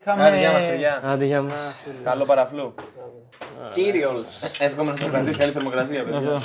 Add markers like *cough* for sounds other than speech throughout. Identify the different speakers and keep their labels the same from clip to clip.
Speaker 1: Είχαμε...
Speaker 2: Άντε, γεια μας, παιδιά.
Speaker 3: Άντε, για μας.
Speaker 2: Καλό παραφλού.
Speaker 1: Cheerios.
Speaker 2: Εύχομαι να σας κρατήσει καλή θερμοκρασία, παιδιά.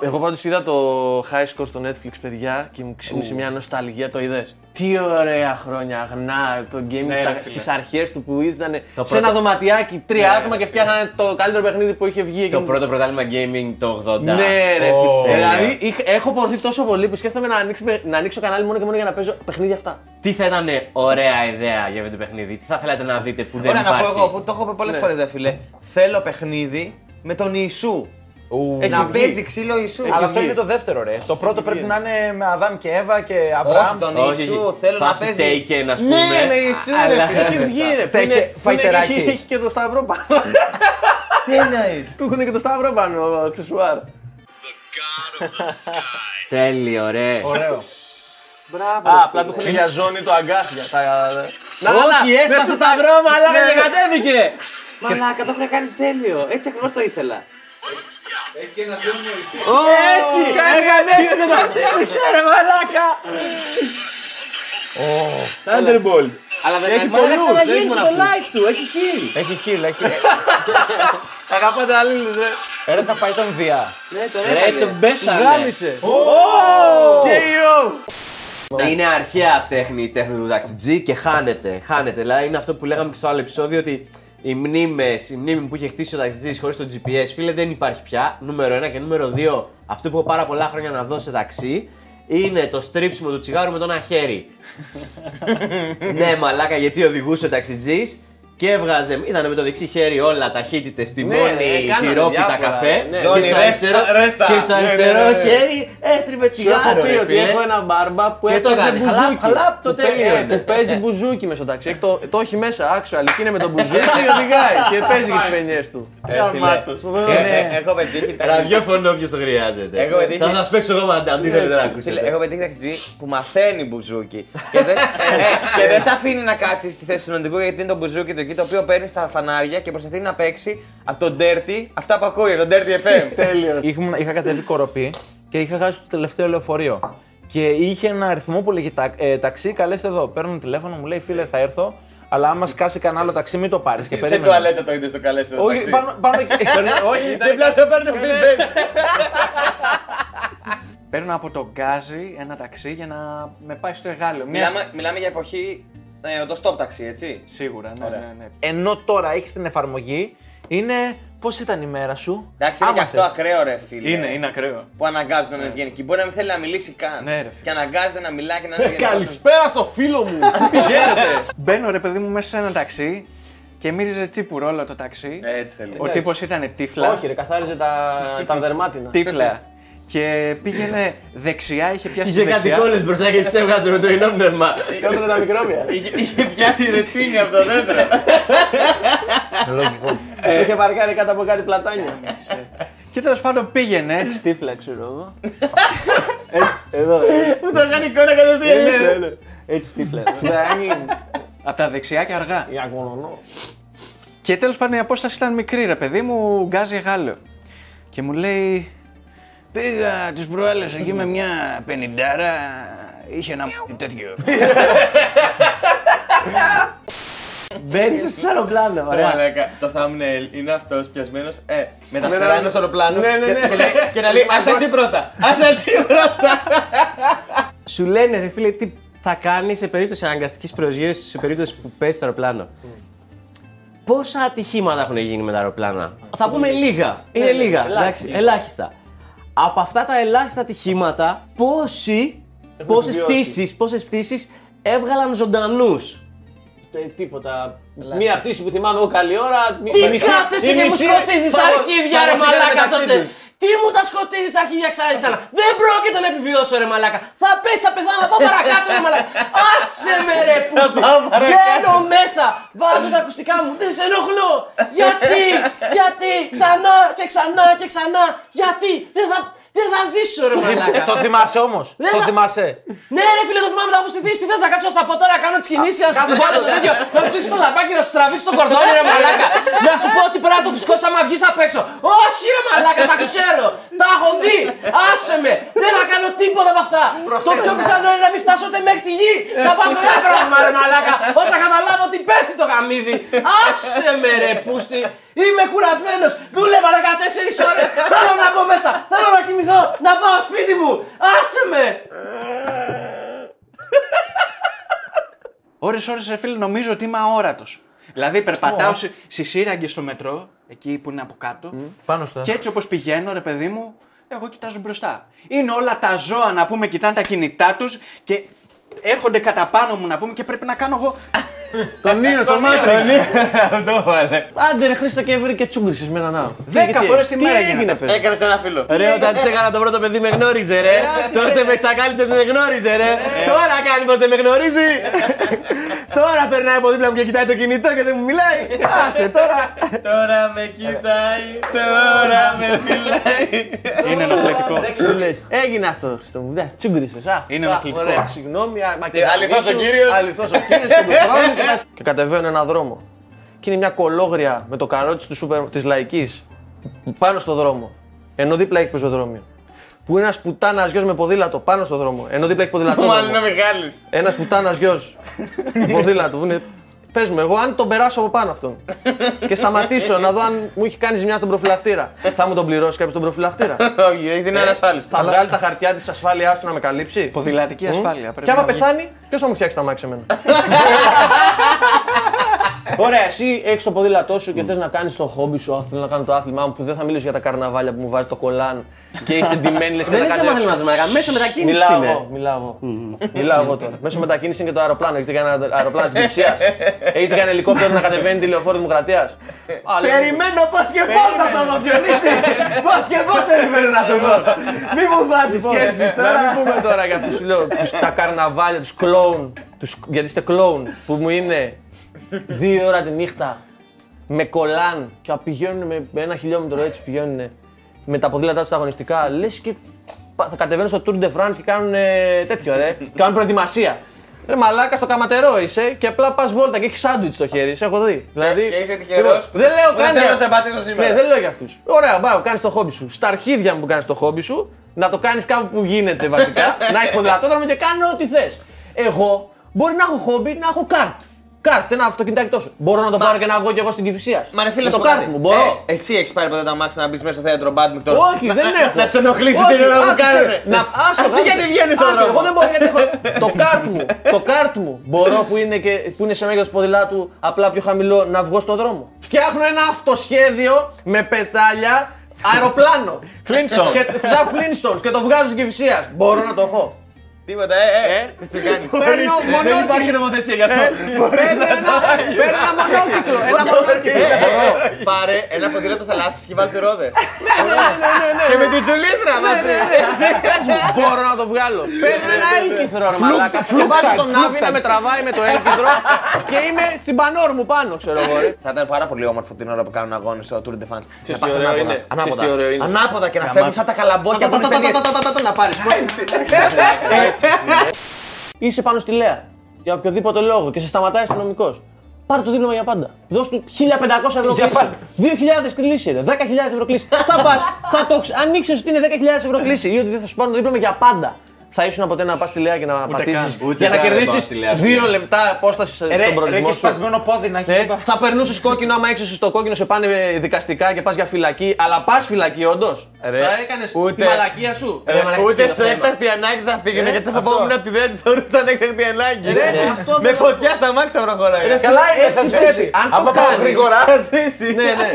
Speaker 4: Εγώ πάντως είδα το high score στο Netflix, παιδιά, και μου ξύπνησε μια νοσταλγία. Το είδες. Τι ωραία χρόνια, αγνά. Το gaming
Speaker 2: Ναι, ρε,
Speaker 4: στα,
Speaker 2: φίλε.
Speaker 4: στις αρχές του που ήταν σε
Speaker 3: πρώτο-
Speaker 4: ένα δωματιάκι τρία
Speaker 2: Ναι,
Speaker 4: άτομα
Speaker 2: ρε,
Speaker 4: και φτιάχνανε το καλύτερο παιχνίδι που είχε βγει.
Speaker 3: Το
Speaker 4: εκείνη-
Speaker 3: πρώτο πρωτάθλημα gaming το 80.
Speaker 4: Ναι, ρε.
Speaker 3: Ω, ωραία.
Speaker 4: φίλε. δηλαδή είχ- έχω πορθεί τόσο πολύ που σκέφτομαι να ανοίξω, να ανοίξω κανάλι μόνο και μόνο για να παίζω παιχνίδια αυτά.
Speaker 3: Τι θα ήταν ωραία ιδέα για αυτό το παιχνίδι, τι θα θέλατε να δείτε που δεν
Speaker 1: Ωραία να
Speaker 3: υπάρχει.
Speaker 1: πω εγώ που το έχω πει πολλές
Speaker 4: Ναι.
Speaker 1: φορές, δε φίλε. Θέλω παιχνίδι με τον Ιησού.
Speaker 4: Έχει
Speaker 1: Να
Speaker 4: βγει.
Speaker 1: παίζει ξύλο Ιησούς.
Speaker 2: Αλλά
Speaker 1: Αλλά
Speaker 2: αυτό είναι το δεύτερο, ρε. Το πρώτο πρέπει να είναι με Αδάμ και Εύα και
Speaker 1: όχι
Speaker 2: Αβραάμ.
Speaker 1: τον
Speaker 3: Όχι,
Speaker 1: Ιησού, θέλω να
Speaker 3: φάση
Speaker 1: παίζει.
Speaker 3: Taken, ας πούμε.
Speaker 1: Ναι, με Ιησού, ρε
Speaker 3: Αλλά-
Speaker 1: φίλε.
Speaker 4: Έχει βγει, ρε. που
Speaker 2: Τέκε,
Speaker 4: είναι- που είναι-
Speaker 2: φαϊτεράκι.
Speaker 4: Έχει έχει και το σταυρό πάνω.
Speaker 1: Τι εννοείς.
Speaker 4: Του έχουν και το σταυρό πάνω, ξεσουάρ.
Speaker 3: Τέλειο, ρε.
Speaker 2: Ωραίο.
Speaker 4: Μπράβο.
Speaker 2: Α, απλά του έχουν για ζώνη το αγκάθια. τα-
Speaker 3: Όχι, έσπασε τα βρώμα, αλλά
Speaker 4: ναι.
Speaker 3: δεν κατέβηκε.
Speaker 1: Μαλάκα, το έχουν κάνει τέλειο. Έτσι ακριβώς το ήθελα.
Speaker 3: Έτσι, έκανε έτσι και το χτύπησε, ρε μαλάκα. Thunderbolt.
Speaker 1: Αλλά δεν
Speaker 3: Έχει
Speaker 1: κάνει
Speaker 3: μάλλον
Speaker 1: μαλάκα,
Speaker 3: ξαναγίνει
Speaker 1: δεν
Speaker 3: στο
Speaker 1: ήμουν αυτή.
Speaker 3: live του, έχει χείλ.
Speaker 2: Έχει χείλ, έχει. Αγαπάτε αλλήλους, ρε. Ρε, θα πάει τον Διά.
Speaker 1: Ναι, τον
Speaker 3: Ρε,
Speaker 1: έφαγε.
Speaker 3: τον πέθανε.
Speaker 2: Γάμισε.
Speaker 3: Είναι αρχαία τέχνη η τέχνη του ταξιτζή και χάνεται. Χάνεται. Δηλαδή είναι αυτό που λέγαμε και στο άλλο επεισόδιο ότι οι μνήμες, η μνήμη που είχε χτίσει ο ταξιτζής χωρίς το GPS, φίλε, δεν υπάρχει πια. Νούμερο 1 και νούμερο 2, αυτό που έχω πάρα πολλά χρόνια να δω σε ταξί, είναι το στρίψιμο του τσιγάρου με το ένα
Speaker 2: *laughs*
Speaker 3: χέρι. ναι, μαλάκα, γιατί οδηγούσε ο ταξιτζής και έβγαζε. Ήταν με το δεξί χέρι όλα ταχύτητε, τιμόνι,
Speaker 4: ναι, κάνανε
Speaker 3: τυρόπιτα,
Speaker 4: διάφορα,
Speaker 3: καφέ.
Speaker 4: ναι.
Speaker 3: Και
Speaker 2: Ζώνη,
Speaker 3: στο
Speaker 2: ρέστα,
Speaker 3: αριστερό,
Speaker 2: ρέστα.
Speaker 3: και στο
Speaker 2: Ναι, ναι,
Speaker 3: αριστερό
Speaker 2: ναι, ναι.
Speaker 3: χέρι έστριβε
Speaker 4: Σου έχω
Speaker 3: τσιγάρο.
Speaker 4: πει
Speaker 3: ρε,
Speaker 4: ότι
Speaker 3: φίλε.
Speaker 4: έχω ένα μπάρμπα που
Speaker 3: Και το
Speaker 4: έπαιζε
Speaker 3: έκανε.
Speaker 4: μπουζούκι.
Speaker 3: Χαλάπ, χαλάπ, το
Speaker 4: Που
Speaker 3: τέλειο
Speaker 4: παί-
Speaker 3: είναι.
Speaker 4: Που παίζει μπουζούκι μέσα στο ταξί. Έχει Το, το έχει μέσα, actual. Και είναι με τον μπουζούκι και οδηγάει. Και παίζει και τις παινιές του.
Speaker 2: Ε, φίλε. Ε,
Speaker 4: Ναι.
Speaker 2: ε, Έχω πετύχει τα
Speaker 3: Ραδιόφωνο όποιος το χρειάζεται.
Speaker 1: Εγώ πετύχει-
Speaker 3: Θα σας παίξω εγώ μαντάμ, τι θέλετε να ακούσετε.
Speaker 1: Έχω πετύχει ταξιτζή που μαθαίνει μπουζούκι. και δεν ε, και δεν σε αφήνει να κάτσεις στη θέση του νοτικού γιατί είναι το μπουζούκι του εκεί το οποίο παίρνει στα φανάρια και προσπαθεί να παίξει από τον Dirty αυτά που ακούει, τον Dirty FM.
Speaker 5: Ήμουν- είχα κατέβει κοροπή και είχα χάσει το τελευταίο λεωφορείο. Και είχε ένα αριθμό που λέγει «Τα- ε, ταξί, καλέστε εδώ. Παίρνω τηλέφωνο, μου λέει φίλε θα έρθω, αλλά άμα σκάσει κανένα άλλο ταξί, μην το πάρεις. Και
Speaker 2: Σε
Speaker 5: περίμενα.
Speaker 2: τουαλέτα το είδες το καλέστε. το
Speaker 5: Όχι,
Speaker 2: ταξί.
Speaker 5: πάνω, πάνω
Speaker 1: *laughs*
Speaker 5: εκεί. Περνάω- Όχι, δεν
Speaker 1: Απλά το παίρνω πριν παίζει.
Speaker 6: Παίρνω από το γκάζι ένα ταξί για να με πάει στο εργάλειο. Μια-
Speaker 1: Μιλάμε- Μιλάμε για εποχή ε, το stop ταξί, έτσι.
Speaker 6: Σίγουρα, ναι,
Speaker 1: Ωραία.
Speaker 6: ναι, ναι.
Speaker 5: Ενώ τώρα έχει την εφαρμογή, είναι πώς ήταν η μέρα σου.
Speaker 1: Εντάξει, είναι
Speaker 5: Άμα
Speaker 1: και αυτό
Speaker 5: θες.
Speaker 1: ακραίο ρε φίλε.
Speaker 6: Είναι, είναι ακραίο.
Speaker 1: Που αναγκάζονται να βγαίνει εκεί. Μπορεί να μην θέλει να μιλήσει καν.
Speaker 6: Ναι, ρε, φίλε.
Speaker 1: Και αναγκάζεται να μιλάει και να είναι
Speaker 4: Ε, Καλησπέρα στο φίλο μου.
Speaker 6: Μπαίνω ρε παιδί μου μέσα σε ένα ταξί και μύριζε τσίπουρο όλο το ταξί.
Speaker 3: Ε,
Speaker 1: Έτσι θέλω.
Speaker 6: Ο τύπος ήταν τύφλα.
Speaker 4: Όχι, ρε, καθάριζε τα, τα δερμάτινα.
Speaker 6: Τύφλα. και πήγαινε δεξιά, είχε πιάσει τη
Speaker 3: Είχε κάτι
Speaker 6: δεξιά.
Speaker 3: κόλλε μπροστά και τι έβγαζε με το ενόπνευμα.
Speaker 4: Σκότωνε τα μικρόβια.
Speaker 1: Είχε πιάσει ρετσίνη από το δέντρο.
Speaker 6: Ε.
Speaker 4: Είχε παρκάρει κάτω από κάτι πλατάνια.
Speaker 6: και τέλος πάντων πήγαινε έτσι.
Speaker 4: Τύφλα, ξέρω εγώ.
Speaker 1: Μου το κάνει εικόνα
Speaker 3: Ε, ναι,
Speaker 1: κατευθείαν.
Speaker 4: Έτσι τύφλα.
Speaker 7: Ναι,
Speaker 4: Φράγι.
Speaker 6: από τα δεξιά και αργά.
Speaker 4: Για γονονό.
Speaker 6: Και τέλος πάντων η απόσταση ήταν μικρή, ρε παιδί μου, γκάζι γάλλο. Και μου λέει. Πήγα τις προάλλε εκεί με μια πενιντάρα. Είχε ένα τέτοιο. Μπαίνεις στο αεροπλάνο. Ωραία.
Speaker 3: Μαλάκα, το thumbnail είναι αυτός πιασμένος ε, με τα φτερά ενός αεροπλάνου. και- και λέει- Και να λέει Αυτά εσύ πρώτα. Αυτά εσύ πρώτα.
Speaker 6: Σου λένε ρε φίλε τι θα κάνεις σε περίπτωση αναγκαστικής προσγείωσης, σε περίπτωση που πέσεις το αεροπλάνο. Πόσα ατυχήματα έχουν γίνει με τα αεροπλάνα. Θα πούμε λίγα. Είναι λίγα. Εντάξει, Ναι, ελάχιστα. Από αυτά τα ελάχιστα ατυχήματα, πόσοι, πόσες πτήσεις, πόσες πτήσεις έβγαλαν ζωντανούς.
Speaker 7: Ε, τίποτα. Μία πτήση που θυμάμαι εγώ καλή ώρα. μη- η
Speaker 6: Τι
Speaker 7: μισή-
Speaker 6: κάθεσαι
Speaker 7: η
Speaker 6: και μου
Speaker 7: μισή
Speaker 6: σκοτίζεις τα
Speaker 7: παγω-
Speaker 6: αρχίδια ρε
Speaker 7: παγωθήκανε
Speaker 6: μαλάκα
Speaker 7: μεταξύ
Speaker 6: τότε.
Speaker 7: τους.
Speaker 6: Τι μου τα σκοτίζεις τα αρχίδια ξανά και ξανά. Δεν πρόκειται να επιβιώσω ρε μαλάκα. Θα πες, θα πεθάνω, θα πάω παρακάτω ρε μαλάκα. Άσε με ρε πούστη. Μπαίνω μέσα, βάζω τα ακουστικά μου, δεν σε ενοχλώ. Γιατί, γιατί, ξανά και ξανά και ξανά. Γιατί, δεν θα, δεν θα ζήσω ρε μαλάκα.
Speaker 1: Το θυμάσαι όμως.
Speaker 6: Ναι,
Speaker 1: Το
Speaker 6: αλλά-
Speaker 1: θυμάσαι.
Speaker 6: Ναι, ρε φίλε, το θυμάμαι μετά από στη δύση. Τι θες να κάτσω στα ποτά να κάνω τις κινήσεις και να σου βάλω το τέτοιο. Να σου στήξει το λαμπάκι, να σου τραβήξει το κορδόνι, ρε μαλάκα. Να σου πω ότι πρέπει να το φουσκώσει άμα βγεις απ' έξω. Όχι, ρε μαλάκα, τα ξέρω. Τα έχω δει. Άσε με. Δεν θα κάνω τίποτα από αυτά. Το πιο πιθανό είναι να μην φτάσω ούτε μέχρι τη γη. Θα πάω ένα πράγμα, ρε μαλάκα. Όταν καταλάβω ότι πέφτει το γαμίδι. Άσε με, ρε πούστη. Είμαι κουρασμένος. Δούλευα 14 ώρες. Θέλω να μπω μέσα. Θέλω να κοιμηθώ. Να πάω σπίτι μου. Άσε με.
Speaker 8: Ωρες, ώρες, ρε φίλε, νομίζω ότι είμαι αόρατος. Δηλαδή, περπατάω στι στις σύραγγες στο μετρό, εκεί που είναι από κάτω,
Speaker 1: Πάνω στο.
Speaker 8: και έτσι όπως πηγαίνω, ρε παιδί μου, εγώ κοιτάζω μπροστά. Είναι όλα τα ζώα, να πούμε, κοιτάνε τα κινητά τους και έρχονται κατά πάνω μου, να πούμε, και πρέπει να κάνω εγώ...
Speaker 4: Τον ήλιο στο μάτι.
Speaker 6: *laughs*
Speaker 7: Άντε ρε Χρήστο και βρήκε τσούγκρισες με έναν άλλο.
Speaker 8: Δέκα
Speaker 7: Τι-
Speaker 8: φορές τη
Speaker 7: τι
Speaker 8: μέρα
Speaker 7: έγινε
Speaker 8: γίνεται
Speaker 7: παιδί.
Speaker 3: Έκανε Ε, ένα φίλο.
Speaker 4: ναι,
Speaker 6: Ρε, όταν της έκανα το πρώτο παιδί με γνώριζε,
Speaker 3: Ε,
Speaker 6: ρε. Τότε με τσακάλιτες με γνώριζε, ρε. Τώρα κάνει πως δεν με γνωρίζει. Τώρα περνάει από δίπλα μου και κοιτάει το κινητό και δεν μου μιλάει. Άσε τώρα.
Speaker 3: Τώρα με κοιτάει, τώρα με μιλάει.
Speaker 8: Είναι ενοχλητικό.
Speaker 7: Έγινε αυτό, Χριστό μου. Ναι, τσούγκρισες. Α,
Speaker 8: Είναι
Speaker 7: α,
Speaker 8: ενοχλητικό.
Speaker 7: Ωραία, συγγνώμη. α, μα και
Speaker 3: Τι,
Speaker 7: να
Speaker 3: Ε, αληθώς ο
Speaker 7: μιλήσουμε,
Speaker 3: κύριος.
Speaker 7: Αληθώς ο κύριος. τον πληρώνω
Speaker 3: *laughs*
Speaker 7: και να-
Speaker 4: Και κατεβαίνω έναν δρόμο. Και είναι μια κολόγρια με το καρότσι του σούπερ, της λαϊκής πάνω στο δρόμο. Ενώ δίπλα έχει πεζοδρόμιο. Που είναι ένας πουτάνας γιος με ποδήλατο πάνω στο δρόμο. Ενώ δίπλα έχει ποδήλατο.
Speaker 3: Μάλλον είναι μεγάλη.
Speaker 4: Ένας πουτάνας γιος με ποδήλατο. Που είναι... Πες μου, εγώ αν τον περάσω από πάνω αυτόν και σταματήσω να δω αν μου έχει κάνει ζημιά στον προφυλακτήρα, θα μου τον πληρώσει κάποιος τον προφυλακτήρα.
Speaker 3: Όχι, έχει την ανασφάλιστη.
Speaker 4: Ε, θα βγάλει τα χαρτιά της ασφάλειάς του να με καλύψει.
Speaker 8: Ποδηλατική ασφάλεια. πρέπει
Speaker 4: Και άμα
Speaker 8: να βγει.
Speaker 4: πεθάνει, ποιος θα μου φτιάξει τα μάξι εμένα.
Speaker 7: Ωραία, εσύ έχεις το ποδήλατό σου και θες να κάνεις το χόμπι σου. «Α, Θέλω να κάνω το άθλημά μου που δεν θα μιλήσω για τα καρναβάλια που μου βάζει το κολάν και είστε ντυμένοι λες και θα
Speaker 6: Δεν είναι θέμα
Speaker 7: κάνετε.
Speaker 6: θελήματος, μαλάκα. Μέσω μετακίνησης
Speaker 7: Μιλάω εγώ,
Speaker 6: είναι.
Speaker 7: μιλάω εγώ. Μιλάω εγώ τώρα. Μέσω μετακίνησης είναι και το αεροπλάνο. Έχετε κάνει ένα αεροπλάνο της
Speaker 4: *laughs*
Speaker 7: Δεξιά. Έχετε κάνει ελικόπτερο να κατεβαίνει τη λεωφόρο Δημοκρατία.
Speaker 6: Περιμένω πώς και πώς θα το αποπιονίσει. Πώς και πώς περιμένω να το πω. Μη μου βάζεις σκέψεις
Speaker 4: Να
Speaker 6: τώρα.
Speaker 4: μην πούμε τώρα για αυτούς λέω, τους- τα καρναβάλια, τους κλόουν. Τους, γιατί είστε κλόουν που μου είναι δύο ώρα τη νύχτα με κολάν και πηγαίνουν με ένα χιλιόμετρο έτσι πηγαίνουν με τα ποδήλατά τους αγωνιστικά. Λες και πα- θα κατεβαίνουν στο Tour de France και κάνουν ε, τέτοιο ρε. κάνουν προετοιμασία. Ρε μαλάκα στο καματερό είσαι και απλά πας βόλτα και έχεις σάντουιτ στο χέρι. Σε έχω δει. Δηλαδή,
Speaker 3: και είσαι τυχερός
Speaker 4: Δεν λέω
Speaker 3: που δεν
Speaker 4: καν.
Speaker 3: θέλω
Speaker 4: για-
Speaker 3: να σε πατήσω σήμερα.
Speaker 4: Ναι, δεν λέω για αυτούς. Ωραία, μπράβο, κάνεις το χόμπι σου. Στα αρχίδια μου που κάνεις το χόμπι σου, να το κάνεις κάπου που γίνεται
Speaker 3: *laughs*
Speaker 4: βασικά. να έχεις ποδηλατόδρομο και κάνω ό,τι θες. Εγώ μπορεί να έχω χόμπι, να έχω κάρτ. Κάρτ, ένα αυτοκινητάκι τόσο. Μπορώ να το πάρω και να βγω κι εγώ στην κυφυσία.
Speaker 3: Μα ρε φίλε,
Speaker 4: Με το
Speaker 3: να σου πω
Speaker 4: κάρτ
Speaker 3: κάτι.
Speaker 4: μου, μπορώ.
Speaker 3: Ε, εσύ έχεις πάρει ποτέ τα μάξι να μπεις μέσα στο θέατρο μπάντμικτον.
Speaker 4: Όχι, δεν έχω.
Speaker 3: Να του ενοχλήσει
Speaker 4: Όχι,
Speaker 3: την ώρα που
Speaker 4: άκουσε,
Speaker 3: κάνουνε.
Speaker 4: Να άσο.
Speaker 3: Αυτοί γιατί βγαίνουν στον
Speaker 4: Εγώ
Speaker 3: δρόμο.
Speaker 4: δεν μπορώ γιατί έχω. το κάρτ μου. Το κάρτ μου. Μπορώ που είναι, και, που είναι σε μέγεθος ποδηλάτου, απλά πιο χαμηλό, να βγω στον δρόμο. Φτιάχνω ένα αυτοσχέδιο με πετάλια αεροπλάνο. Flintstone. και, σαν Flintstones και το βγάζω στην κυφυσίας. Μπορώ να το έχω.
Speaker 3: Τίποτα, ε, ε.
Speaker 4: Ε.
Speaker 3: Τι κάνεις.
Speaker 4: Παίρνω
Speaker 6: Δεν
Speaker 4: μονόκυκλο.
Speaker 6: υπάρχει νομοθεσία γι' αυτό.
Speaker 4: Παίρνω ένα- παίρνω ένα μονόκυκλο. Ένα μονόκυκλο. Μπορώ.
Speaker 3: Πάρε ένα ποδήλατο θαλάσσης και βάλτε ρόδες.
Speaker 4: ναι,
Speaker 3: Και με την τζουλήθρα μας. ε.
Speaker 4: Μπορώ να το βγάλω. ναι, Παίρνω ένα έλκυθρο, ρε μαλάκα. Και βάζω τον Άβη να με τραβάει με το έλκυθρο και είμαι στην πανόρ μου πάνω, ξέρω εγώ. ρε.
Speaker 3: Θα ήταν πάρα πολύ όμορφο την ώρα που κάνουν αγώνες στο Tour de France. Να
Speaker 4: τι
Speaker 3: πας
Speaker 4: ωραίο
Speaker 3: ανάποδα.
Speaker 4: είναι. Ξέρεις τι
Speaker 3: Ανάποδα.
Speaker 4: ωραίο είναι.
Speaker 3: Ανάποδα και να φεύγουν σαν τα καλαμπόκια από τις ταινίες.
Speaker 4: Να πάρεις
Speaker 7: ναι. Είσαι πάνω στη Λέα για οποιοδήποτε λόγο και σε σταματάει αστυνομικός. Πάρε το δίπλωμα για πάντα. Δώσ' του 1500 ευρώ κλίση. 2.000 κλίση είναι. 10.000
Speaker 6: *laughs*
Speaker 7: ευρώ κλίση. θα πας, θα το ξε- Αν ήξερε ότι είναι 10.000 ευρώ κλίση ή ότι δεν θα σου πάρουν το δίπλωμα για πάντα.
Speaker 4: θα ήσουν ποτέ να πας στη Λέα και να πατήσεις.
Speaker 6: καν. Ούτε
Speaker 4: Για να
Speaker 6: καν δεν πάω
Speaker 4: κερδίσει
Speaker 6: στη Λέα, Ε,
Speaker 4: δύο
Speaker 6: φίλε.
Speaker 4: λεπτά απόσταση στον
Speaker 2: Ρε, ρε
Speaker 4: προορισμό
Speaker 2: και
Speaker 4: σου.
Speaker 2: σπασμένο πόδι να
Speaker 4: Ε,
Speaker 2: έχει.
Speaker 4: θα περνούσες κόκκινο, άμα έξω το κόκκινο, σε πάνε ε, δικαστικά και πας για φυλακή. Αλλά πας φυλακή, όντως. Θα
Speaker 3: Ρε,
Speaker 4: έκανες τη
Speaker 3: ούτε-
Speaker 4: μαλακία σου.
Speaker 3: Ρε,
Speaker 4: Ρε, μαλακία,
Speaker 3: ούτε
Speaker 4: στο
Speaker 3: σε
Speaker 4: θέμα.
Speaker 3: έκτακτη ανάγκη θα πήγαινε γιατί θα φοβόμουν από τη δεν θεωρούσαν έκτακτη ανάγκη.
Speaker 4: αυτό
Speaker 3: Με φωτιά στα μάξι θα προχωράει.
Speaker 2: Καλά είναι, θα πρέπει.
Speaker 4: Αν το
Speaker 2: Άμα πάω
Speaker 4: κάνεις.
Speaker 2: γρήγορα.
Speaker 3: Θα ζήσει.
Speaker 4: Ναι, ναι.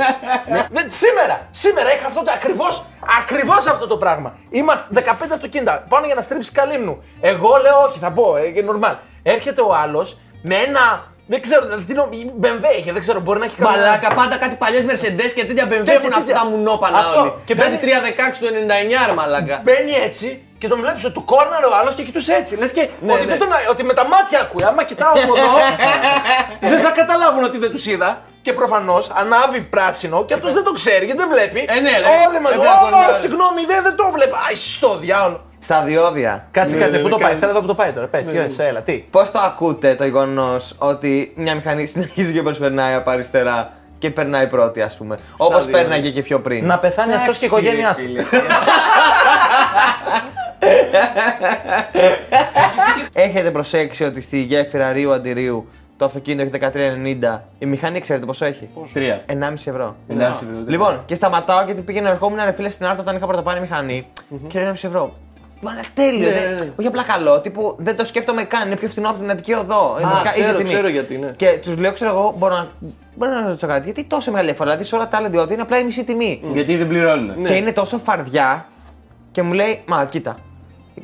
Speaker 2: Ναι, Σήμερα, σήμερα είχα αυτό το ακριβώς, ακριβώς αυτό το πράγμα. Είμαστε 15 αυτοκίνητα, πάνω για να στρίψεις καλύμνου. Εγώ λέω όχι, θα πω, ε, normal. Έρχεται ο άλλος με ένα, δεν ξέρω, δηλαδή, τι νο- BMW είχε, δεν ξέρω, μπορεί να έχει κανένα-
Speaker 4: Μαλάκα, πάντα κάτι παλιές Mercedes και τέτοια
Speaker 2: Τέτοια,
Speaker 4: μπεμβεύουν αυτά
Speaker 2: τέτοια.
Speaker 4: τα μουνόπανα
Speaker 2: Αυτό.
Speaker 4: όλοι.
Speaker 2: Και
Speaker 4: Και
Speaker 2: παίρνει-
Speaker 4: πέντε 316 του 99, ρε μαλάκα.
Speaker 2: Μπαίνει έτσι και τον βλέπεις του κόρναρ ο άλλος και έχει τους έτσι. Λες και ότι,
Speaker 4: ναι.
Speaker 2: δεν τον, ότι με τα μάτια ακούει. Άμα κοιτάω από
Speaker 4: *laughs*
Speaker 2: εδώ, δεν θα καταλάβουν ότι δεν τους είδα. Και προφανώς ανάβει πράσινο και αυτός δεν το ξέρει γιατί δεν βλέπει.
Speaker 4: Ε, ναι, ρε.
Speaker 2: Όλοι μαζί.
Speaker 4: Ε, βλέπουν
Speaker 2: «Ω,
Speaker 4: οι άλλοι».
Speaker 2: Συγγνώμη, δεν, δεν το βλέπα. Α, στο διάολο.
Speaker 3: Στα διόδια.
Speaker 4: Ναι,
Speaker 2: Κάτσε, κάτσε, πού το πάει. Θέλω να δω πού το πάει τώρα. Πες, έλα, τι.
Speaker 3: Πώς το ακούτε το γεγονός ότι μια μηχανή συνεχίζει και προσπερνάει από αριστερά και περνάει πρώτη, ας πούμε. Όπω πέρναγε και πιο πριν.
Speaker 1: Να πεθάνει αυτός και η οικογένειά του.
Speaker 3: Έχετε προσέξει ότι στη γέφυρα Ρίου Αντιρίου το αυτοκίνητο έχει 13,90. Η μηχανή ξέρετε πόσο έχει.
Speaker 6: Τρία.
Speaker 3: 1,5 ευρώ.
Speaker 6: Εντάξει, βέβαια, δεν
Speaker 3: Λοιπόν, και σταματάω γιατί πήγαινα ερχόμουν ρε φίλε στην Άρτα όταν είχα πρωτοπάρει μηχανή και λέω 1,5 ευρώ. Μαλά,
Speaker 4: Ναι,
Speaker 3: τέλειο. δεν- Όχι απλά καλό. Τύπου δεν το σκέφτομαι καν. Είναι πιο φθηνό από την Αττική Οδό. Ε, βασικά, ίδια
Speaker 4: ξέρω,
Speaker 3: τιμή.
Speaker 4: ξέρω γιατί, ναι.
Speaker 3: Και τους λέω, ξέρω εγώ, μπορώ να, μπορώ να ρωτήσω κάτι. Γιατί τόσο μεγάλη διαφορά. Δηλαδή σε όλα τα άλλα διόδια είναι απλά η μισή τιμή.
Speaker 6: Γιατί δεν πληρώνουν.
Speaker 3: Και είναι τόσο φαρδιά και μου λέει, Μα κοίτα.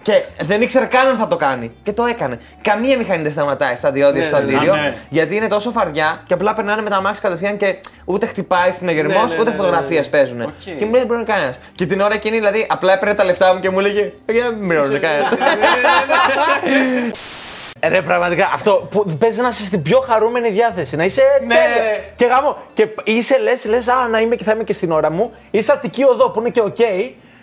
Speaker 3: Και δεν ήξερε καν αν θα το κάνει. Και το έκανε. Καμία μηχανή δεν σταματάει στα διόδια στο αντίριο. Γιατί είναι τόσο φαρδιά και απλά περνάνε με τα μάξι κατευθείαν και ούτε χτυπάει στην εγερμό, ούτε φωτογραφίε παίζουν. Και μου λέει δεν μπορεί να κανένα. Και την ώρα εκείνη, δηλαδή, απλά έπαιρνε τα λεφτά μου και μου λέγε Για μην πληρώνει *laughs* κανένα.
Speaker 2: Ε,
Speaker 1: Ρε, πραγματικά αυτό που παίζει να είσαι στην πιο χαρούμενη διάθεση. Να είσαι ναι,
Speaker 4: ρε.
Speaker 1: Και γάμο. Και είσαι λες, λες, α, να είμαι και θα είμαι και στην ώρα μου. Είσαι Αττική οδό που είναι και οκ.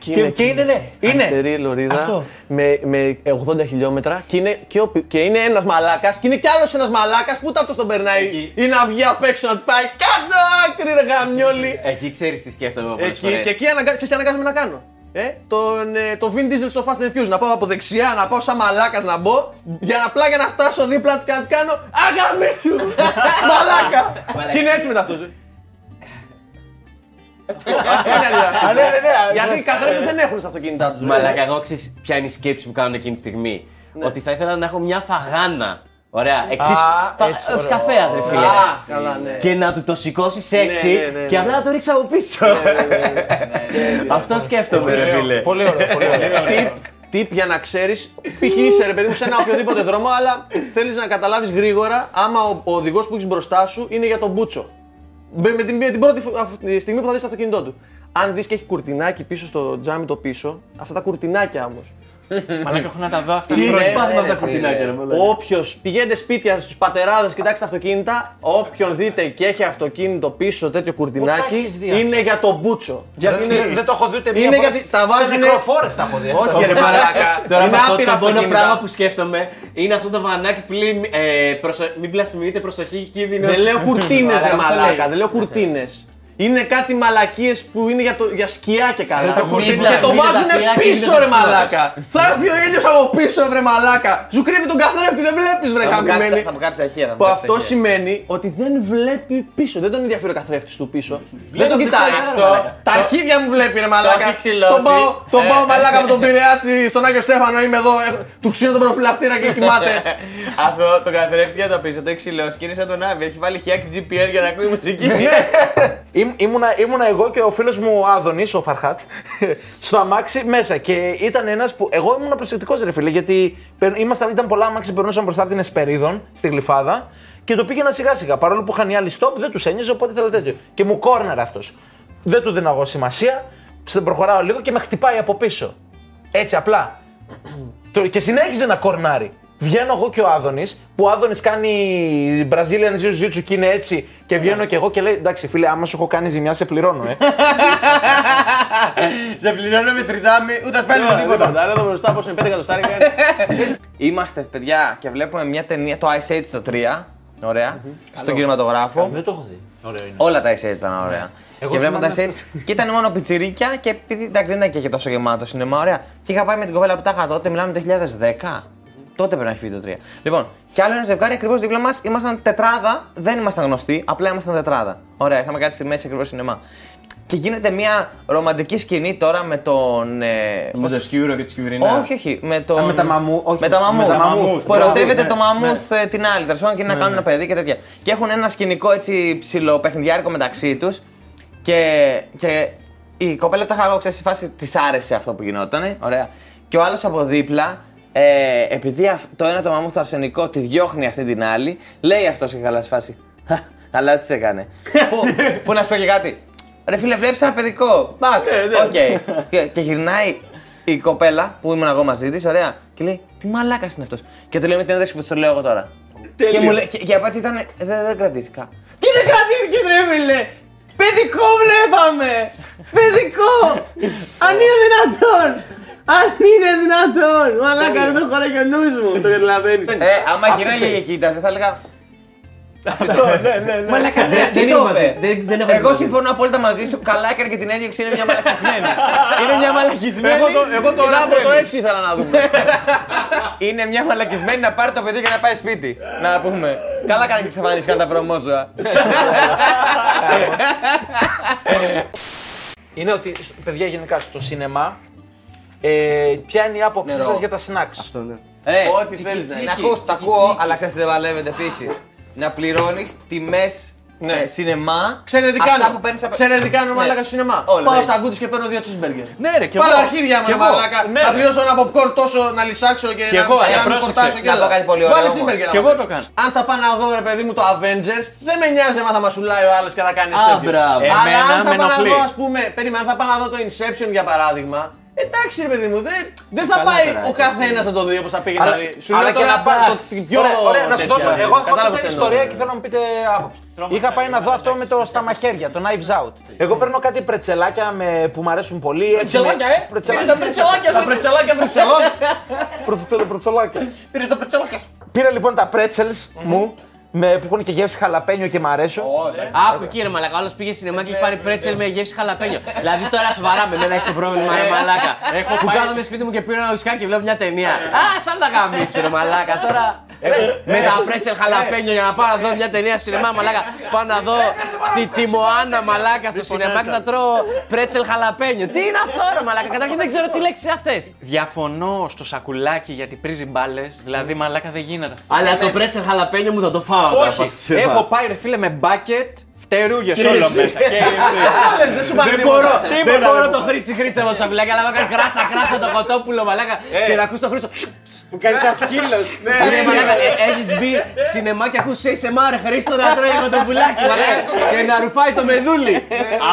Speaker 1: Και,
Speaker 4: είναι,
Speaker 1: και είναι, ναι, είναι.
Speaker 4: Αριστερή λωρίδα
Speaker 1: Αυτό.
Speaker 4: με, με 80 χιλιόμετρα και είναι, και, ο- και είναι ένας μαλάκας και είναι κι άλλος ένας μαλάκας που ούτε αυτός τον περνάει
Speaker 6: Εκεί.
Speaker 4: ή να βγει απ' έξω να του πάει κάτω άκρη ρε γαμιόλι.
Speaker 6: Εκεί ξέρεις τι σκέφτομαι εγώ πολλές
Speaker 4: Εκεί,
Speaker 6: φορές.
Speaker 4: Ε, και εκεί αναγκα... ξέρεις τι αναγκάζομαι να κάνω. Ε, τον, ε, το Vin Diesel στο Fast and Furious, να πάω από δεξιά, να πάω σαν μαλάκας να μπω για να απλά για να φτάσω δίπλα του και να του κάνω αγαμίσου, μαλάκα. και είναι έτσι μετά αυτός. ε.
Speaker 2: Α, ναι, ναι, ναι.
Speaker 4: Γιατί οι καθρέφτες δεν έχουν στα αυτοκίνητά τους. ρε.
Speaker 6: Μαλάκα, εγώ ξέρεις ποια είναι η σκέψη που κάνω εκείνη τη στιγμή.
Speaker 4: Ναι.
Speaker 6: Ότι θα ήθελα να έχω μια φαγάνα. Ωραία, εξίσου. Τη καφέα, ρε φίλε.
Speaker 4: Α, καλά, ναι.
Speaker 6: Και να του το σηκώσεις έτσι
Speaker 4: ναι, ναι, ναι.
Speaker 6: και απλά να το ρίξει από πίσω. Αυτό σκέφτομαι, ρε φίλε.
Speaker 1: Πολύ ωραίο, πολύ ωραίο.
Speaker 4: *laughs* tip, tip για να ξέρεις. Π.χ. είσαι ρε παιδί μου σε ένα οποιοδήποτε δρόμο, αλλά θέλεις να καταλάβεις γρήγορα άμα ο, ο οδηγός που έχεις μπροστά σου είναι για τον Μπούτσο. Με, με την, με την πρώτη φο- αυτή- στιγμή που θα δεις το αυτοκίνητό του. Αν δεις και έχει κουρτινάκι πίσω στο τζάμι το πίσω, αυτά τα κουρτινάκια όμως.
Speaker 8: Μαλάκα, έχω να τα δω αυτά.
Speaker 6: Τι
Speaker 8: χρόνια.
Speaker 6: έχεις
Speaker 4: Ναι,
Speaker 6: πάθει με αυτά τα κουρτινάκια, ρε μαλάκα.
Speaker 4: Όποιος πηγαίνετε σπίτια στους πατεράδες, κοιτάξτε τα αυτοκίνητα. Όποιον δείτε και έχει αυτοκίνητο πίσω τέτοιο κουρτινάκι, είναι για τον Μπούτσο.
Speaker 2: Γιατί είναι- δεν το έχω δει ούτε μία
Speaker 4: Είναι
Speaker 2: φορά.
Speaker 4: γιατί τα
Speaker 2: Σε
Speaker 4: βάζουνε-
Speaker 2: νεκροφόρες τα έχω δει.
Speaker 4: Όχι, ρε μαλάκα.
Speaker 6: *laughs* Τώρα με
Speaker 4: είναι
Speaker 6: αυτό
Speaker 4: άπειρα
Speaker 6: το μόνο
Speaker 4: αυτοκίνητα.
Speaker 6: πράγμα που σκέφτομαι είναι αυτό το βανάκι που λέει ε, προσο- μην πλασιμοποιείτε προσοχή κίνδυνος.
Speaker 4: Δεν λέω κουρτίνες,
Speaker 6: Μαλάκα,
Speaker 4: ρε Ε.
Speaker 6: αυτό
Speaker 4: μαλάκα.
Speaker 6: λέει.
Speaker 4: Δεν λέω κουρτίνες. Είναι κάτι μαλακίες που είναι για, το, για σκιά και
Speaker 3: Ε,
Speaker 4: καλά.
Speaker 6: το κουρτίνι,
Speaker 4: και το
Speaker 6: μην
Speaker 4: βάζουνε
Speaker 6: δαχτυλάκι, μην
Speaker 4: πίσω, ρε
Speaker 6: δαχτυλάκι.
Speaker 4: μαλάκα. Θα έρθει ο ήλιος από πίσω, βρε μαλάκα. Σου κρύβει τον καθρέφτη, δεν βλέπεις, βρε καμπημένη.
Speaker 3: Θα μου κάψει τα χέρια. θα μου
Speaker 4: Που
Speaker 3: κάψει τα
Speaker 4: αυτό
Speaker 3: χέρια.
Speaker 4: σημαίνει ότι δεν βλέπει πίσω. Δεν τον ενδιαφέρει ο καθρέφτης του πίσω. δεν τον κοιτάει
Speaker 6: ξέρω,
Speaker 4: αυτό. Τα αρχίδια μου βλέπει, ρε μαλάκα.
Speaker 3: έχει ξυλώσει.
Speaker 4: Τον πάω, τον
Speaker 3: Ε.
Speaker 4: πάω μαλάκα με τον πειραιά στη- στον Άγιο Στέφανο. Είμαι εδώ, έχω- του ξύνω τον προφυλακτήρα και κοιμάται. *laughs*
Speaker 3: Αυτό το καθρέφτη για το πίσω, το έχει ξυλώσει και είναι σαν τον Άβη. Έχει βάλει χιάκι GPR για να ακούει μουσική.
Speaker 1: Ή- ήμουνα, ήμουνα εγώ και ο φίλος μου Άδωνης, ο
Speaker 4: *laughs*
Speaker 1: Φαρχάτ, στο αμάξι μέσα. Και ήταν ένας που. Εγώ ήμουν προσεκτικός, ρε φίλε, γιατί περ- ήμασταν, ήταν πολλά αμάξι που περνούσαν μπροστά από την Εσπερίδων, στη γλυφάδα. Και το πήγαινα σιγά σιγά. Παρόλο που είχαν οι άλλοι stop, δεν τους ένιωζε, οπότε ήθελα τέτοιο. Και μου κόρναρε αυτός. Δεν του δίνω εγώ σημασία. Στην προχωράω λίγο και με χτυπάει από πίσω. Έτσι απλά. Το- Και συνέχιζε να κορνάρει. Βγαίνω εγώ και ο Άδωνης, που ο Άδωνης κάνει Brazilian Jiu Jitsu και είναι έτσι. Και βγαίνω και εγώ και λέει: Εντάξει, φίλε, άμα σου έχω κάνει ζημιά, σε πληρώνω, ε.
Speaker 3: Σε πληρώνω με τριτάμι, ούτε ασπάζω τίποτα.
Speaker 4: Κοντά εδώ μπροστά, πώς είναι 5 εκατοστάρια.
Speaker 3: *laughs* Είμαστε παιδιά και βλέπουμε μια ταινία, το Ice Age το 3. Ωραία. Στον κινηματογράφο.
Speaker 1: Δεν το έχω δει.
Speaker 3: Όλα τα Ice Age ήταν ωραία. και βλέποντα έτσι. και ήταν μόνο πιτσιρίκια και επειδή εντάξει, δεν ήταν και τόσο γεμάτο σινεμά, ωραία. Και είχα πάει με την κοπέλα που τα είχα τότε, μιλάμε το 2010. Τότε πρέπει να έχει βγει το 3. Λοιπόν, και άλλο ένα ζευγάρι ακριβώς δίπλα μας ήμασταν τετράδα, δεν ήμασταν γνωστοί, απλά ήμασταν τετράδα. Ωραία, είχαμε κάτι στη μέση ακριβώς σινεμά. Και γίνεται μια ρομαντική σκηνή τώρα με τον. ε,
Speaker 6: Με το σκιούρο και τη σκιουρινά.
Speaker 3: όχι, όχι. Με, τον...
Speaker 1: με τα μαμού- όχι,
Speaker 3: με τα
Speaker 1: με
Speaker 3: μαμούθ.
Speaker 1: τα μαμούθ.
Speaker 3: Που ερωτεύεται
Speaker 1: Ναι,
Speaker 3: το μαμούθ ε, την άλλη. Τέλος πάντων και να κάνουν ένα παιδί και τέτοια. Και έχουν ένα σκηνικό έτσι ψηλοπαιχνιδιάρικο μεταξύ τους. Και, και η κοπέλα τα χαγό, ξέρει, στη φάση της άρεσε αυτό που γινότανε. Ωραία. Και ο άλλος από δίπλα, ε, επειδή αυ- το ένα το μαμούθ αρσενικό τη διώχνει αυτή την άλλη, λέει αυτός και καλά στη φάση. «Χα, Αλλά τι σε έκανε. που, που να σου πω και κάτι. Ρε φίλε, βλέπεις ένα παιδικό. Εντάξει,
Speaker 1: Ναι,
Speaker 3: οκ. Και- Και γυρνάει η κοπέλα που ήμουν εγώ μαζί της, ωραία, και λέει Τι μαλάκας είναι αυτός. Και του λέει με την ένταση που του το λέω εγώ τώρα. Και μου λέει, και, και η απάντηση ήταν «Ε, Δεν δεν κρατήθηκα. Τι δεν κρατήθηκες, ρε φίλε! Παιδικό βλέπαμε! *laughs* Παιδικό! Αν είναι δυνατόν! Αν είναι δυνατόν! Μαλάκα, δεν το χωράει και ο νους μου, το καταλαβαίνεις. Ε, άμα γυρνάγε και κοίταζε, θα έλεγα Μαλάκα, ναι, αυτή το είπε. Εγώ συμφωνώ απόλυτα μαζί σου. Καλά έκανε και την έδιωξη, είναι μια μαλακισμένη. είναι μια μαλακισμένη. Εγώ το, εγώ το ράμπο το 6 ήθελα να δούμε. *laughs* είναι μια μαλακισμένη να πάρει το παιδί και να πάει σπίτι. να πούμε. Καλά έκανε και ξαφανίσει κατά βρωμόζωα.
Speaker 1: Είναι ότι, παιδιά, γενικά στο σινεμά, ε, ποια είναι η άποψή σας για τα snacks.
Speaker 3: Ρε,
Speaker 6: Ό,τι θέλεις να
Speaker 3: να
Speaker 6: είναι.
Speaker 3: ακούς, τα ακούω, αλλά ξέρεις τι δεν βαλεύεται επίσης. Να πληρώνεις τιμές ε, σινεμά.
Speaker 4: Ξέρετε τι
Speaker 3: αυτά
Speaker 4: κάνω.
Speaker 3: που παίρνεις απ'
Speaker 4: Ξέρετε τι κάνω, μαλάκα
Speaker 3: Ναι.
Speaker 4: στο σινεμά.
Speaker 3: Όλα,
Speaker 4: Πάω
Speaker 3: ναι.
Speaker 4: στα γκούτια και παίρνω δύο τσίσμπεργκερ.
Speaker 8: Ναι, ρε, και
Speaker 4: Πάρω
Speaker 8: εγώ.
Speaker 4: αρχίδια
Speaker 8: Κι
Speaker 4: μου,
Speaker 8: εγώ.
Speaker 4: μαλάκα.
Speaker 8: Ναι,
Speaker 4: Θα
Speaker 8: ρε.
Speaker 4: πληρώσω ένα popcorn τόσο να λυσάξω και,
Speaker 8: εγώ,
Speaker 4: να,
Speaker 8: ε,
Speaker 4: και να μην
Speaker 8: πρόσεξε.
Speaker 4: κορτάσω και
Speaker 3: Να
Speaker 4: άλλα.
Speaker 3: πω κάτι πολύ ωραίο
Speaker 4: Βάλε
Speaker 3: όμως.
Speaker 4: cheeseburger
Speaker 8: Κι
Speaker 4: να
Speaker 8: εγώ το
Speaker 4: βάλω.
Speaker 8: κάνω.
Speaker 4: Αν θα πάω να δω ρε παιδί μου το Avengers, δεν με νοιάζει άμα θα μας σουλάει ο άλλος και θα κάνει
Speaker 6: Α,
Speaker 4: τέτοιο.
Speaker 7: Ε,
Speaker 6: μπράβο.
Speaker 4: Αλλά
Speaker 8: Εμένα
Speaker 4: αν θα
Speaker 8: με
Speaker 4: πάω να
Speaker 8: ενοχλεί.
Speaker 4: δω, ας πούμε, περίμενα, αν θα πάω να δω το Inception για παράδειγμα. Εντάξει ρε παιδί μου, δεν, δεν θα πάει
Speaker 6: περάσει.
Speaker 4: ο καθένας να το δει όπως θα πήγε να δει. Σου
Speaker 1: αλλά
Speaker 4: λέω
Speaker 1: και
Speaker 4: τώρα
Speaker 1: να
Speaker 4: πάρω
Speaker 1: πας.
Speaker 4: το πιο.
Speaker 1: Ωραία, ωραία, να σου
Speaker 4: τέτοιο.
Speaker 1: δώσω. Εγώ έχω
Speaker 4: Κατάλαβες
Speaker 1: μια
Speaker 4: τι εννοώ,
Speaker 1: ιστορία
Speaker 4: ρε.
Speaker 1: και θέλω να μου πείτε άποψη. Είχα πάει να δω αυτό με το στα μαχαίρια, το Knives Out. Εγώ παίρνω κάτι πρετσελάκια με, που μου αρέσουν πολύ. έτσι,
Speaker 4: Πρετσελάκια,
Speaker 1: με- Πρετσελάκια.
Speaker 4: ε! Πήρες τα πρετσελάκια, τα πρετσελάκια, πρετσελάκια.
Speaker 1: Πρετσελ- Πρετσελάκια.
Speaker 4: Πήρες τα πρετσελάκια σου.
Speaker 1: Πήρα λοιπόν τα πρέτσελ μου με, που έχουν και γεύση χαλαπένιο και μ' αρέσουν.
Speaker 7: Άκου κύριε Μαλακά, όλο πήγε σινεμά και έχει πάρει πρέτσελ με γεύση χαλαπένιο. δηλαδή τώρα σοβαρά με μένα έχει το πρόβλημα, ρε Μαλακά. Έχω που κάθομαι σπίτι μου και πήρα ένα ουσκάκι και βλέπω μια ταινία. Α, σαν τα γαμίσου, ρε Μαλακά. Τώρα με τα πρέτσελ χαλαπένιο για να πάω να δω μια ταινία στο σινεμά, Μαλακά. Πάω να δω τη Τιμωάνα Μαλακά στο σινεμά και να τρώω πρέτσελ χαλαπένιο. Τι είναι αυτό, ρε Μαλακά. Καταρχήν δεν ξέρω τι λέξεις αυτές.
Speaker 8: Διαφωνώ στο σακουλάκι γιατί πρίζει μπάλες. Δηλαδή, μαλάκα δεν γίνεται. αυτό.
Speaker 6: Αλλά το πρέτσελ χαλαπένιο μου θα το φάω. όταν πάω στη σειρά.
Speaker 8: Έχω πάει ρε φίλε με μπάκετ φτερούγε όλο μέσα.
Speaker 6: Δεν μπορώ, δεν μπορώ το χρήτσι χρήτσα με το σακουλάκι, αλλά να κάνει κράτσα κράτσα το κοτόπουλο μαλάκα
Speaker 7: Ε.
Speaker 6: και να ακούς το χρήτσο.
Speaker 3: Μου κάνεις σαν σκύλος. Ναι.
Speaker 6: Ρε μαλάκα, ε, έχεις μπει σινεμά και ακούς ASMR Χρήστο να τρώει κοτοπουλάκι μαλάκα και να ρουφάει το μεδούλι.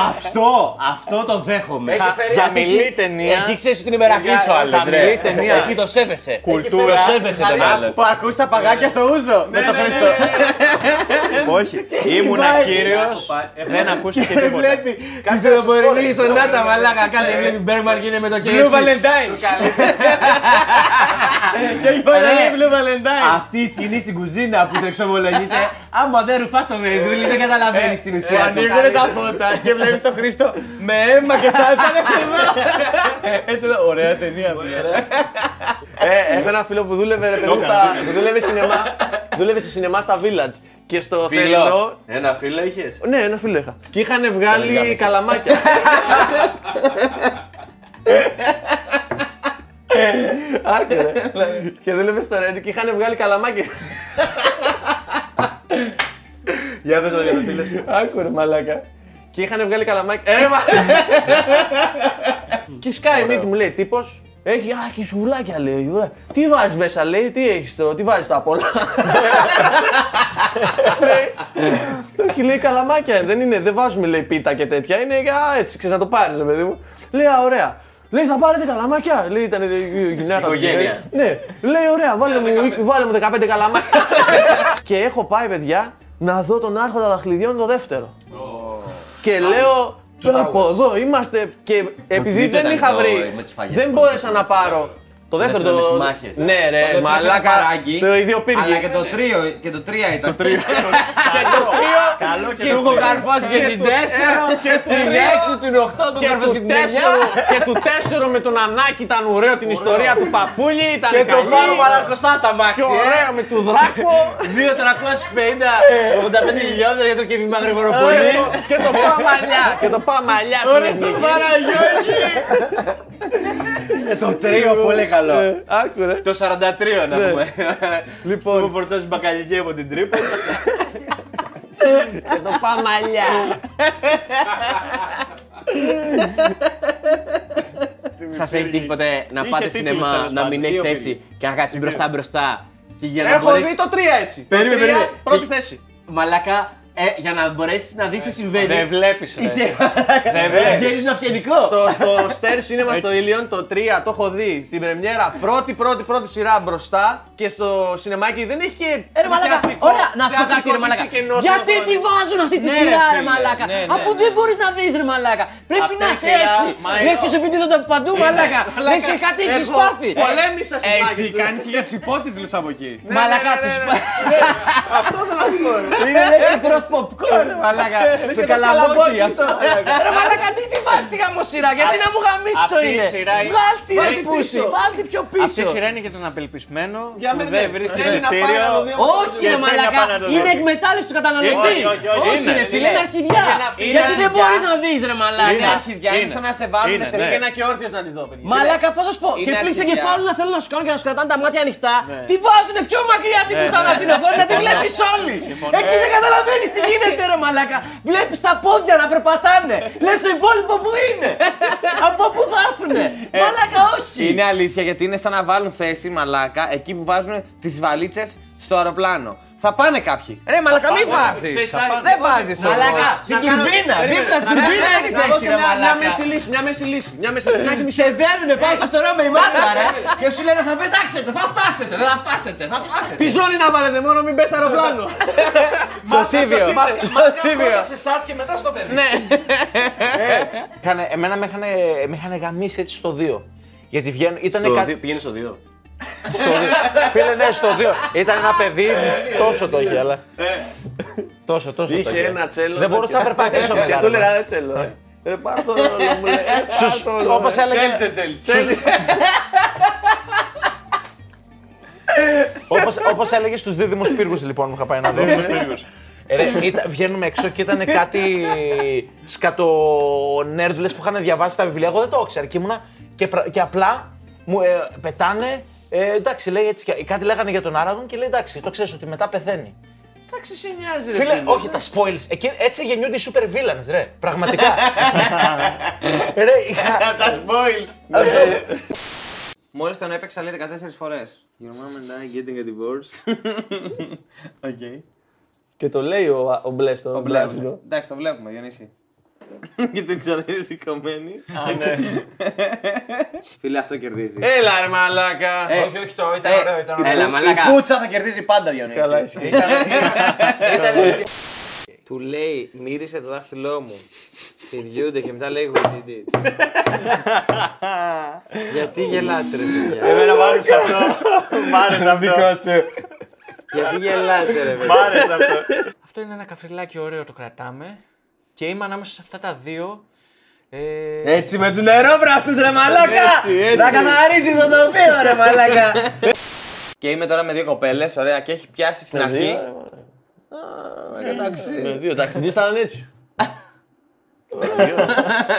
Speaker 6: Αυτό, αυτό το δέχομαι.
Speaker 8: Χαμηλή ταινία.
Speaker 6: Εκεί ξέρεις ότι είναι μερακλής ο άλλος ρε.
Speaker 8: Χαμηλή ταινία.
Speaker 6: Εκεί το σέβεσαι.
Speaker 8: Κουλτούρα.
Speaker 6: Το σέβεσαι τον άλλο.
Speaker 3: Που ακούς τα παγάκια στο ούζο
Speaker 4: Ναι,
Speaker 3: με το Χριστό.
Speaker 8: Όχι. Ήμουνα
Speaker 6: Πάει.
Speaker 8: κύριος. Δεν ακούστηκε
Speaker 6: Δεν
Speaker 8: τίποτα.
Speaker 6: βλέπει την ξενοπορεινή σονάτα μαλάκα. Κάθε βλέπει Μπέρμαρ είναι με το
Speaker 3: Blue
Speaker 6: KFC.
Speaker 3: Valentine. Και η φάνα λέει Blue Valentine.
Speaker 6: Αυτή η σκηνή στην κουζίνα που το εξομολογείται, άμα δεν ρουφάς το μεδούλι, δεν καταλαβαίνεις την
Speaker 3: Που
Speaker 6: ουσία του.
Speaker 3: ανοίγουν τα φώτα και βλέπεις τον Χρήστο με αίμα και σάλτσα να κρυβά. Έτσι εδώ, ωραία ταινία.
Speaker 4: Ε, έχω ένα φίλο που δούλευε, ρε παιδί μου, στα, που δούλευε σινεμά, *laughs* δούλευε σε σινεμά στα Village. Και στο θερινό.
Speaker 6: Ένα φίλο είχες.
Speaker 4: Ναι, ένα φίλο είχα. Και είχαν βγάλει *laughs* καλαμάκια. Άκουρε. και δούλευε στο Reddit και είχαν βγάλει καλαμάκια.
Speaker 6: Για πες για το φίλος.
Speaker 4: Άκουρε, μαλάκα. Και είχαν βγάλει καλαμάκια. Ε, ρε, μα... και σκάει η μύτη μου, λέει τύπος. Έχει, α, και σουβλάκια λέει. ωραία. Τι βάζεις μέσα, λέει, τι έχεις το, τι βάζεις τα απ' όλα. λέει, όχι, λέει καλαμάκια, δεν είναι, δεν βάζουμε λέει πίτα και τέτοια. Είναι, α, έτσι, ξέρεις να το πάρεις, παιδί μου. Λέει, α, ωραία. Λέει, θα πάρετε καλαμάκια. Λέει, ήταν η γυναίκα του.
Speaker 6: Οικογένεια.
Speaker 4: Ναι, λέει, ωραία, βάλε μου, βάλε μου 15 καλαμάκια. και έχω πάει, παιδιά, να δω τον Άρχοντα Δαχτυλιδιών το δεύτερο. Και λέω. Από εδώ είμαστε. Και επειδή
Speaker 6: ήταν
Speaker 4: δεν είχα
Speaker 6: το-
Speaker 4: βρει.
Speaker 6: με τις φαγές
Speaker 4: Δεν
Speaker 6: που
Speaker 4: μπόρεσα
Speaker 6: είχαν
Speaker 4: να πάρω Το δεύτερο
Speaker 6: δεύτερο με
Speaker 4: το.
Speaker 6: τις μάχες.
Speaker 4: Ναι,
Speaker 3: Το
Speaker 4: ρε,
Speaker 3: δεύτερο
Speaker 4: μαλάκα.
Speaker 3: ήταν παράγκι,
Speaker 4: Το ίδιο πύργη.
Speaker 3: Αλλά και το τρίο, Ναι. και το τρία ήταν. Το τρία.
Speaker 4: Και το τρίο.
Speaker 6: Καλό και το καρφώσει για την 4,
Speaker 4: και του
Speaker 6: την 6, την 8, τον
Speaker 4: Και
Speaker 6: καρφώσει
Speaker 4: του,
Speaker 6: και την 9.
Speaker 4: τέσσερο, και του τέσσερο με τον Ανάκη ήταν ωραίο την ιστορία του παππούλη. Ήταν
Speaker 6: Ε,
Speaker 4: και καλή.
Speaker 6: παρακοσά τα μάξι. ε.
Speaker 4: Και ωραίο με του
Speaker 6: *laughs*
Speaker 4: Δράκο.
Speaker 6: 2, 350, 85 χιλιόμετρα για το Κεβί Μαγρηγοροπολί.
Speaker 4: λοιπόν. και το Παμαλιά. Και το Παμαλιά στην Εθνική.
Speaker 6: Ε, Το τρίο, πολύ καλό.
Speaker 4: Άκουρε.
Speaker 6: Ε, Το 43 να πούμε.
Speaker 4: Ναι. Λοιπόν. Ε.
Speaker 6: Που φορτώσει μπακαλική από την τρύπα.
Speaker 4: Και το Παμαλιά.
Speaker 6: Σας έχει τύχει ποτέ να πάτε σινεμά, να μην έχει θέση και να κάτσει μπροστά μπροστά. Και για να
Speaker 4: Έχω
Speaker 6: μπορέσεις-
Speaker 4: δει το 3 έτσι.
Speaker 6: Περίμενε,
Speaker 4: Το τρία,
Speaker 6: περίμενε.
Speaker 4: Πρώτη
Speaker 6: Και-
Speaker 4: θέση. Ε,
Speaker 6: Μαλάκα, ε, για να μπορέσεις να δεις τι συμβαίνει.
Speaker 9: Δεν βλέπεις.
Speaker 6: Είσαι. Βγαίνει ένα φιενικό.
Speaker 4: Στο, στο Στέρ Σίνεμα στο Ήλιον το 3 το έχω δει στην πρεμιέρα πρώτη πρώτη πρώτη σειρά μπροστά και στο σινεμάκι δεν έχει και.
Speaker 6: Ε, ρε μαλάκα,
Speaker 4: θεατρικό-
Speaker 6: ωραία, να σου πω κάτι ρε
Speaker 4: θεατρικό
Speaker 6: μαλάκα.
Speaker 4: και κενό
Speaker 6: Γιατί
Speaker 4: στον
Speaker 6: τη βάζουν αυτή τη
Speaker 3: Ναι, ρε,
Speaker 6: σειρά ρε
Speaker 3: φίλε,
Speaker 6: μαλάκα.
Speaker 3: ναι, ναι,
Speaker 6: Αφού
Speaker 3: ναι.
Speaker 6: δεν μπορείς να δεις ρε μαλάκα. Πρέπει
Speaker 4: Αυτή
Speaker 6: να
Speaker 4: η
Speaker 6: είσαι
Speaker 4: σειρά,
Speaker 6: έτσι.
Speaker 4: μα
Speaker 6: Λες
Speaker 4: εδώ.
Speaker 6: και σου επιτίθονται από παντού μαλάκα. Λες και κάτι έχεις
Speaker 4: Έχω-
Speaker 6: πάθει.
Speaker 4: Πολέμησα στην
Speaker 9: Έτσι, κάνει και για του υπότιτλου από εκεί.
Speaker 3: Ναι,
Speaker 6: Μαλάκα τους
Speaker 4: Αυτό θέλω να σου πω. ρε.
Speaker 6: Είναι λες και τρως popcorn ρε μαλάκα. Με καλαμπόκι αυτό. Ρε μαλάκα τι τη βάζεις τη γαμοσυρά. Γιατί να μου γαμίσει το
Speaker 9: αυτή η
Speaker 6: είναι.
Speaker 9: σειρά είναι-
Speaker 6: Βγάλτη ρε
Speaker 9: Βάλτε
Speaker 6: πούστη.
Speaker 9: πίσω.
Speaker 6: Βάλτε πιο
Speaker 9: Αυτή η
Speaker 6: πίσω.
Speaker 9: σειρά είναι για τον απελπισμένο
Speaker 4: Για
Speaker 9: που
Speaker 4: μένα
Speaker 9: δεν
Speaker 4: ναι.
Speaker 9: βρίσκει
Speaker 4: Θέλει να πάει να το δει
Speaker 9: εισιτήριο.
Speaker 4: όμως.
Speaker 6: Όχι ρε
Speaker 9: θέλει να
Speaker 6: μαλακά,
Speaker 9: πάει να το
Speaker 6: είναι
Speaker 9: δώσει.
Speaker 6: εκμετάλλευση του καταναλωτή.
Speaker 9: Όχι, όχι, όχι,
Speaker 6: Όχι
Speaker 9: είναι,
Speaker 6: ρε φίλε, είναι
Speaker 9: είναι.
Speaker 6: αρχιδιά.
Speaker 3: Είναι
Speaker 6: Γιατί δεν
Speaker 3: αρχιδιά.
Speaker 6: μπορείς να δεις ρε
Speaker 3: Είναι
Speaker 6: μαλακά.
Speaker 3: αρχιδιά, είναι
Speaker 9: Είναι.
Speaker 3: σαν να σε βάλουν
Speaker 9: Είναι,
Speaker 3: σε
Speaker 9: ναι.
Speaker 3: ένα
Speaker 4: Ένα και όρθιος να τη δω, παιδιά.
Speaker 6: Μαλάκα, πώς να σου πω.
Speaker 3: Είναι
Speaker 6: Και πλήση
Speaker 3: αρχιδιά.
Speaker 6: εγκεφάλου να θέλουν να σου κάνουν και να σου κρατάνε τα μάτια ανοιχτά.
Speaker 9: Ναι.
Speaker 6: Τη βάζουν πιο μακριά την πουτάνα την οθόνη
Speaker 9: Λοιπόν,
Speaker 6: να τη βλέπει όλοι. Εκεί
Speaker 9: ναι.
Speaker 6: δεν καταλαβαίνεις τι γίνεται, ρε μαλάκα. Βλέπεις τα πόδια να περπατάνε. Λες το υπόλοιπο που
Speaker 9: *laughs*
Speaker 6: είναι. Από πού θα έρθουνε.
Speaker 9: Ε,
Speaker 6: Μαλάκα, όχι.
Speaker 3: Είναι αλήθεια γιατί είναι σαν να βάλουν θέση μαλάκα εκεί που βάζουν τις βαλίτσες στο αεροπλάνο. Θα πάνε κάποιοι. Ρε μαλάκα, μην βάζει. Δεν βάζει.
Speaker 6: Μαλάκα, στην τουρμπίνα. Δίπλα στην τουρμπίνα είναι η θέση, ρε μαλάκα.
Speaker 4: μέση λύση, μια μέση λύση. Μια μέση λύση. Ναι.
Speaker 6: Σε δένουνε πάνω στο φτερό με η μάτια, ρε. Και σου λένε θα πετάξετε, θα φτάσετε, δεν θα φτάσετε, θα φτάσετε.
Speaker 4: Πιζόνι να βάλετε, μόνο μην πέσει αεροπλάνο.
Speaker 3: Στο Σίβιο.
Speaker 6: σε εσάς και μετά στο
Speaker 4: Ναι.
Speaker 6: παιδί.
Speaker 1: Είχανε- εμένα με είχαν, με είχανε γαμίσει έτσι στο 2. Γιατί βγαίνουν, ήταν
Speaker 10: Το
Speaker 1: κάτι.
Speaker 10: δι- Πήγαινε στο 2.
Speaker 1: Στο δύο. Φίλε, ναι, στο 2. Ήταν ένα παιδί, τόσο το είχε, αλλά. τόσο, τόσο το
Speaker 4: Ναι. Είχε
Speaker 1: είχε.
Speaker 4: ένα τσέλο.
Speaker 1: Δεν μπορούσα να περπατήσω
Speaker 4: Και
Speaker 1: μετά.
Speaker 4: Ε, του έλεγα ρε τσέλο. Ρε πάρ' το ρόλο μου, λέει. «Ε, πάρ' το ρόλο,
Speaker 1: Όπως
Speaker 4: ε».
Speaker 1: έλεγε,
Speaker 4: Τσέλι.
Speaker 1: όπως, όπως έλεγε στους δίδυμους πύργους λοιπόν που είχα πάει να δω. Ε, Ρε, ήταν- βγαίνουμε έξω και ήταν κάτι σκατονέρντουλες που είχαν διαβάσει τα βιβλία. Εγώ δεν το ήξερα και ήμουνα και, πρα- και απλά μου ε, πετάνε. Ε, εντάξει, λέει έτσι. και- Κάτι λέγανε για τον Άραγον και λέει εντάξει, το ξέρεις ότι μετά πεθαίνει.
Speaker 4: Εντάξει, σε νοιάζει, ρε.
Speaker 1: Φίλε, όχι τα spoils. Εκεί, έτσι γεννιούνται οι super villains, ρε. *laughs* Πραγματικά. ρε, είχα-
Speaker 3: Ναι. Μόλις τον έπαιξα λέει 14 φορέ. Your mom and I getting a divorce. *laughs* Οκ.
Speaker 4: Και το λέει ο, ο Μπλε στο
Speaker 3: Το βλέπουμε. Εντάξει, το βλέπουμε, *laughs* Διονύση. Και την ξαναδεί σηκωμένη. Α, ναι. *laughs* Φίλε, αυτό κερδίζει.
Speaker 4: Έλα ρε μαλάκα.
Speaker 3: Ε,
Speaker 1: όχι, όχι, το ήταν
Speaker 3: ε,
Speaker 1: ωραίο, ήταν
Speaker 3: η-
Speaker 1: ωραίο.
Speaker 6: Έλα,
Speaker 3: η-
Speaker 6: μαλάκα.
Speaker 3: Η κούτσα θα κερδίζει πάντα, Διονύσης.
Speaker 4: Καλά,
Speaker 3: *laughs* Του λέει, μύρισε το δάχτυλό μου. Συνδυούνται και μετά λέει, we did
Speaker 4: *laughs*
Speaker 3: it. Γιατί γελάτε, ρε παιδιά.
Speaker 11: Εμένα μ' άρεσε αυτό. Μ' άρεσε αυτό.
Speaker 3: Γιατί γελάτε, ρε
Speaker 11: Μ'
Speaker 3: παιδιά.
Speaker 11: άρεσε αυτό.
Speaker 9: Αυτό είναι ένα καφριλάκι ωραίο, το κρατάμε. Και είμαι ανάμεσα σε αυτά τα δύο. Ε,
Speaker 10: Έτσι με τους νερόβραστους ρε μαλάκα! Να καθαρίσει το τοπίο ρε μαλάκα!
Speaker 3: Και είμαι τώρα με δύο κοπέλες, ωραία, και έχει πιάσει στην αρχή.
Speaker 4: Ναι.
Speaker 3: Α,
Speaker 4: Ε, Με
Speaker 3: Εντάξει.
Speaker 4: δύο ταξιτζί ήταν έτσι.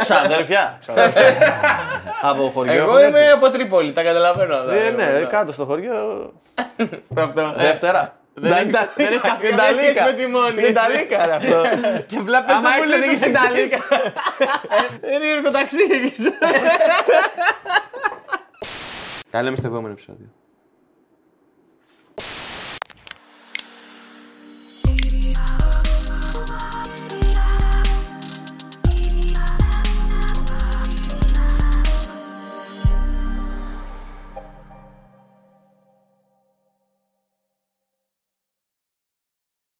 Speaker 4: Ξαδέρφια. Από χωριό.
Speaker 3: Εγώ
Speaker 4: έχουν
Speaker 3: είμαι
Speaker 4: έρθει.
Speaker 3: από Τρίπολη, τα καταλαβαίνω αυτά.
Speaker 4: Ε,
Speaker 3: ρε,
Speaker 4: ναι,
Speaker 3: παιδιά.
Speaker 4: κάτω στο χωριό.
Speaker 3: Αυτό. ε.
Speaker 4: Δεύτερα. Δεν
Speaker 3: έχει καμία σχέση με τη μόνη.
Speaker 4: Ινταλίκα ρε αυτό.
Speaker 3: Και βλέπει
Speaker 4: Άμα έχεις οδηγήσει Ινταλίκα.
Speaker 3: Είναι εργοταξί. Τα λέμε στο επόμενο επεισόδιο.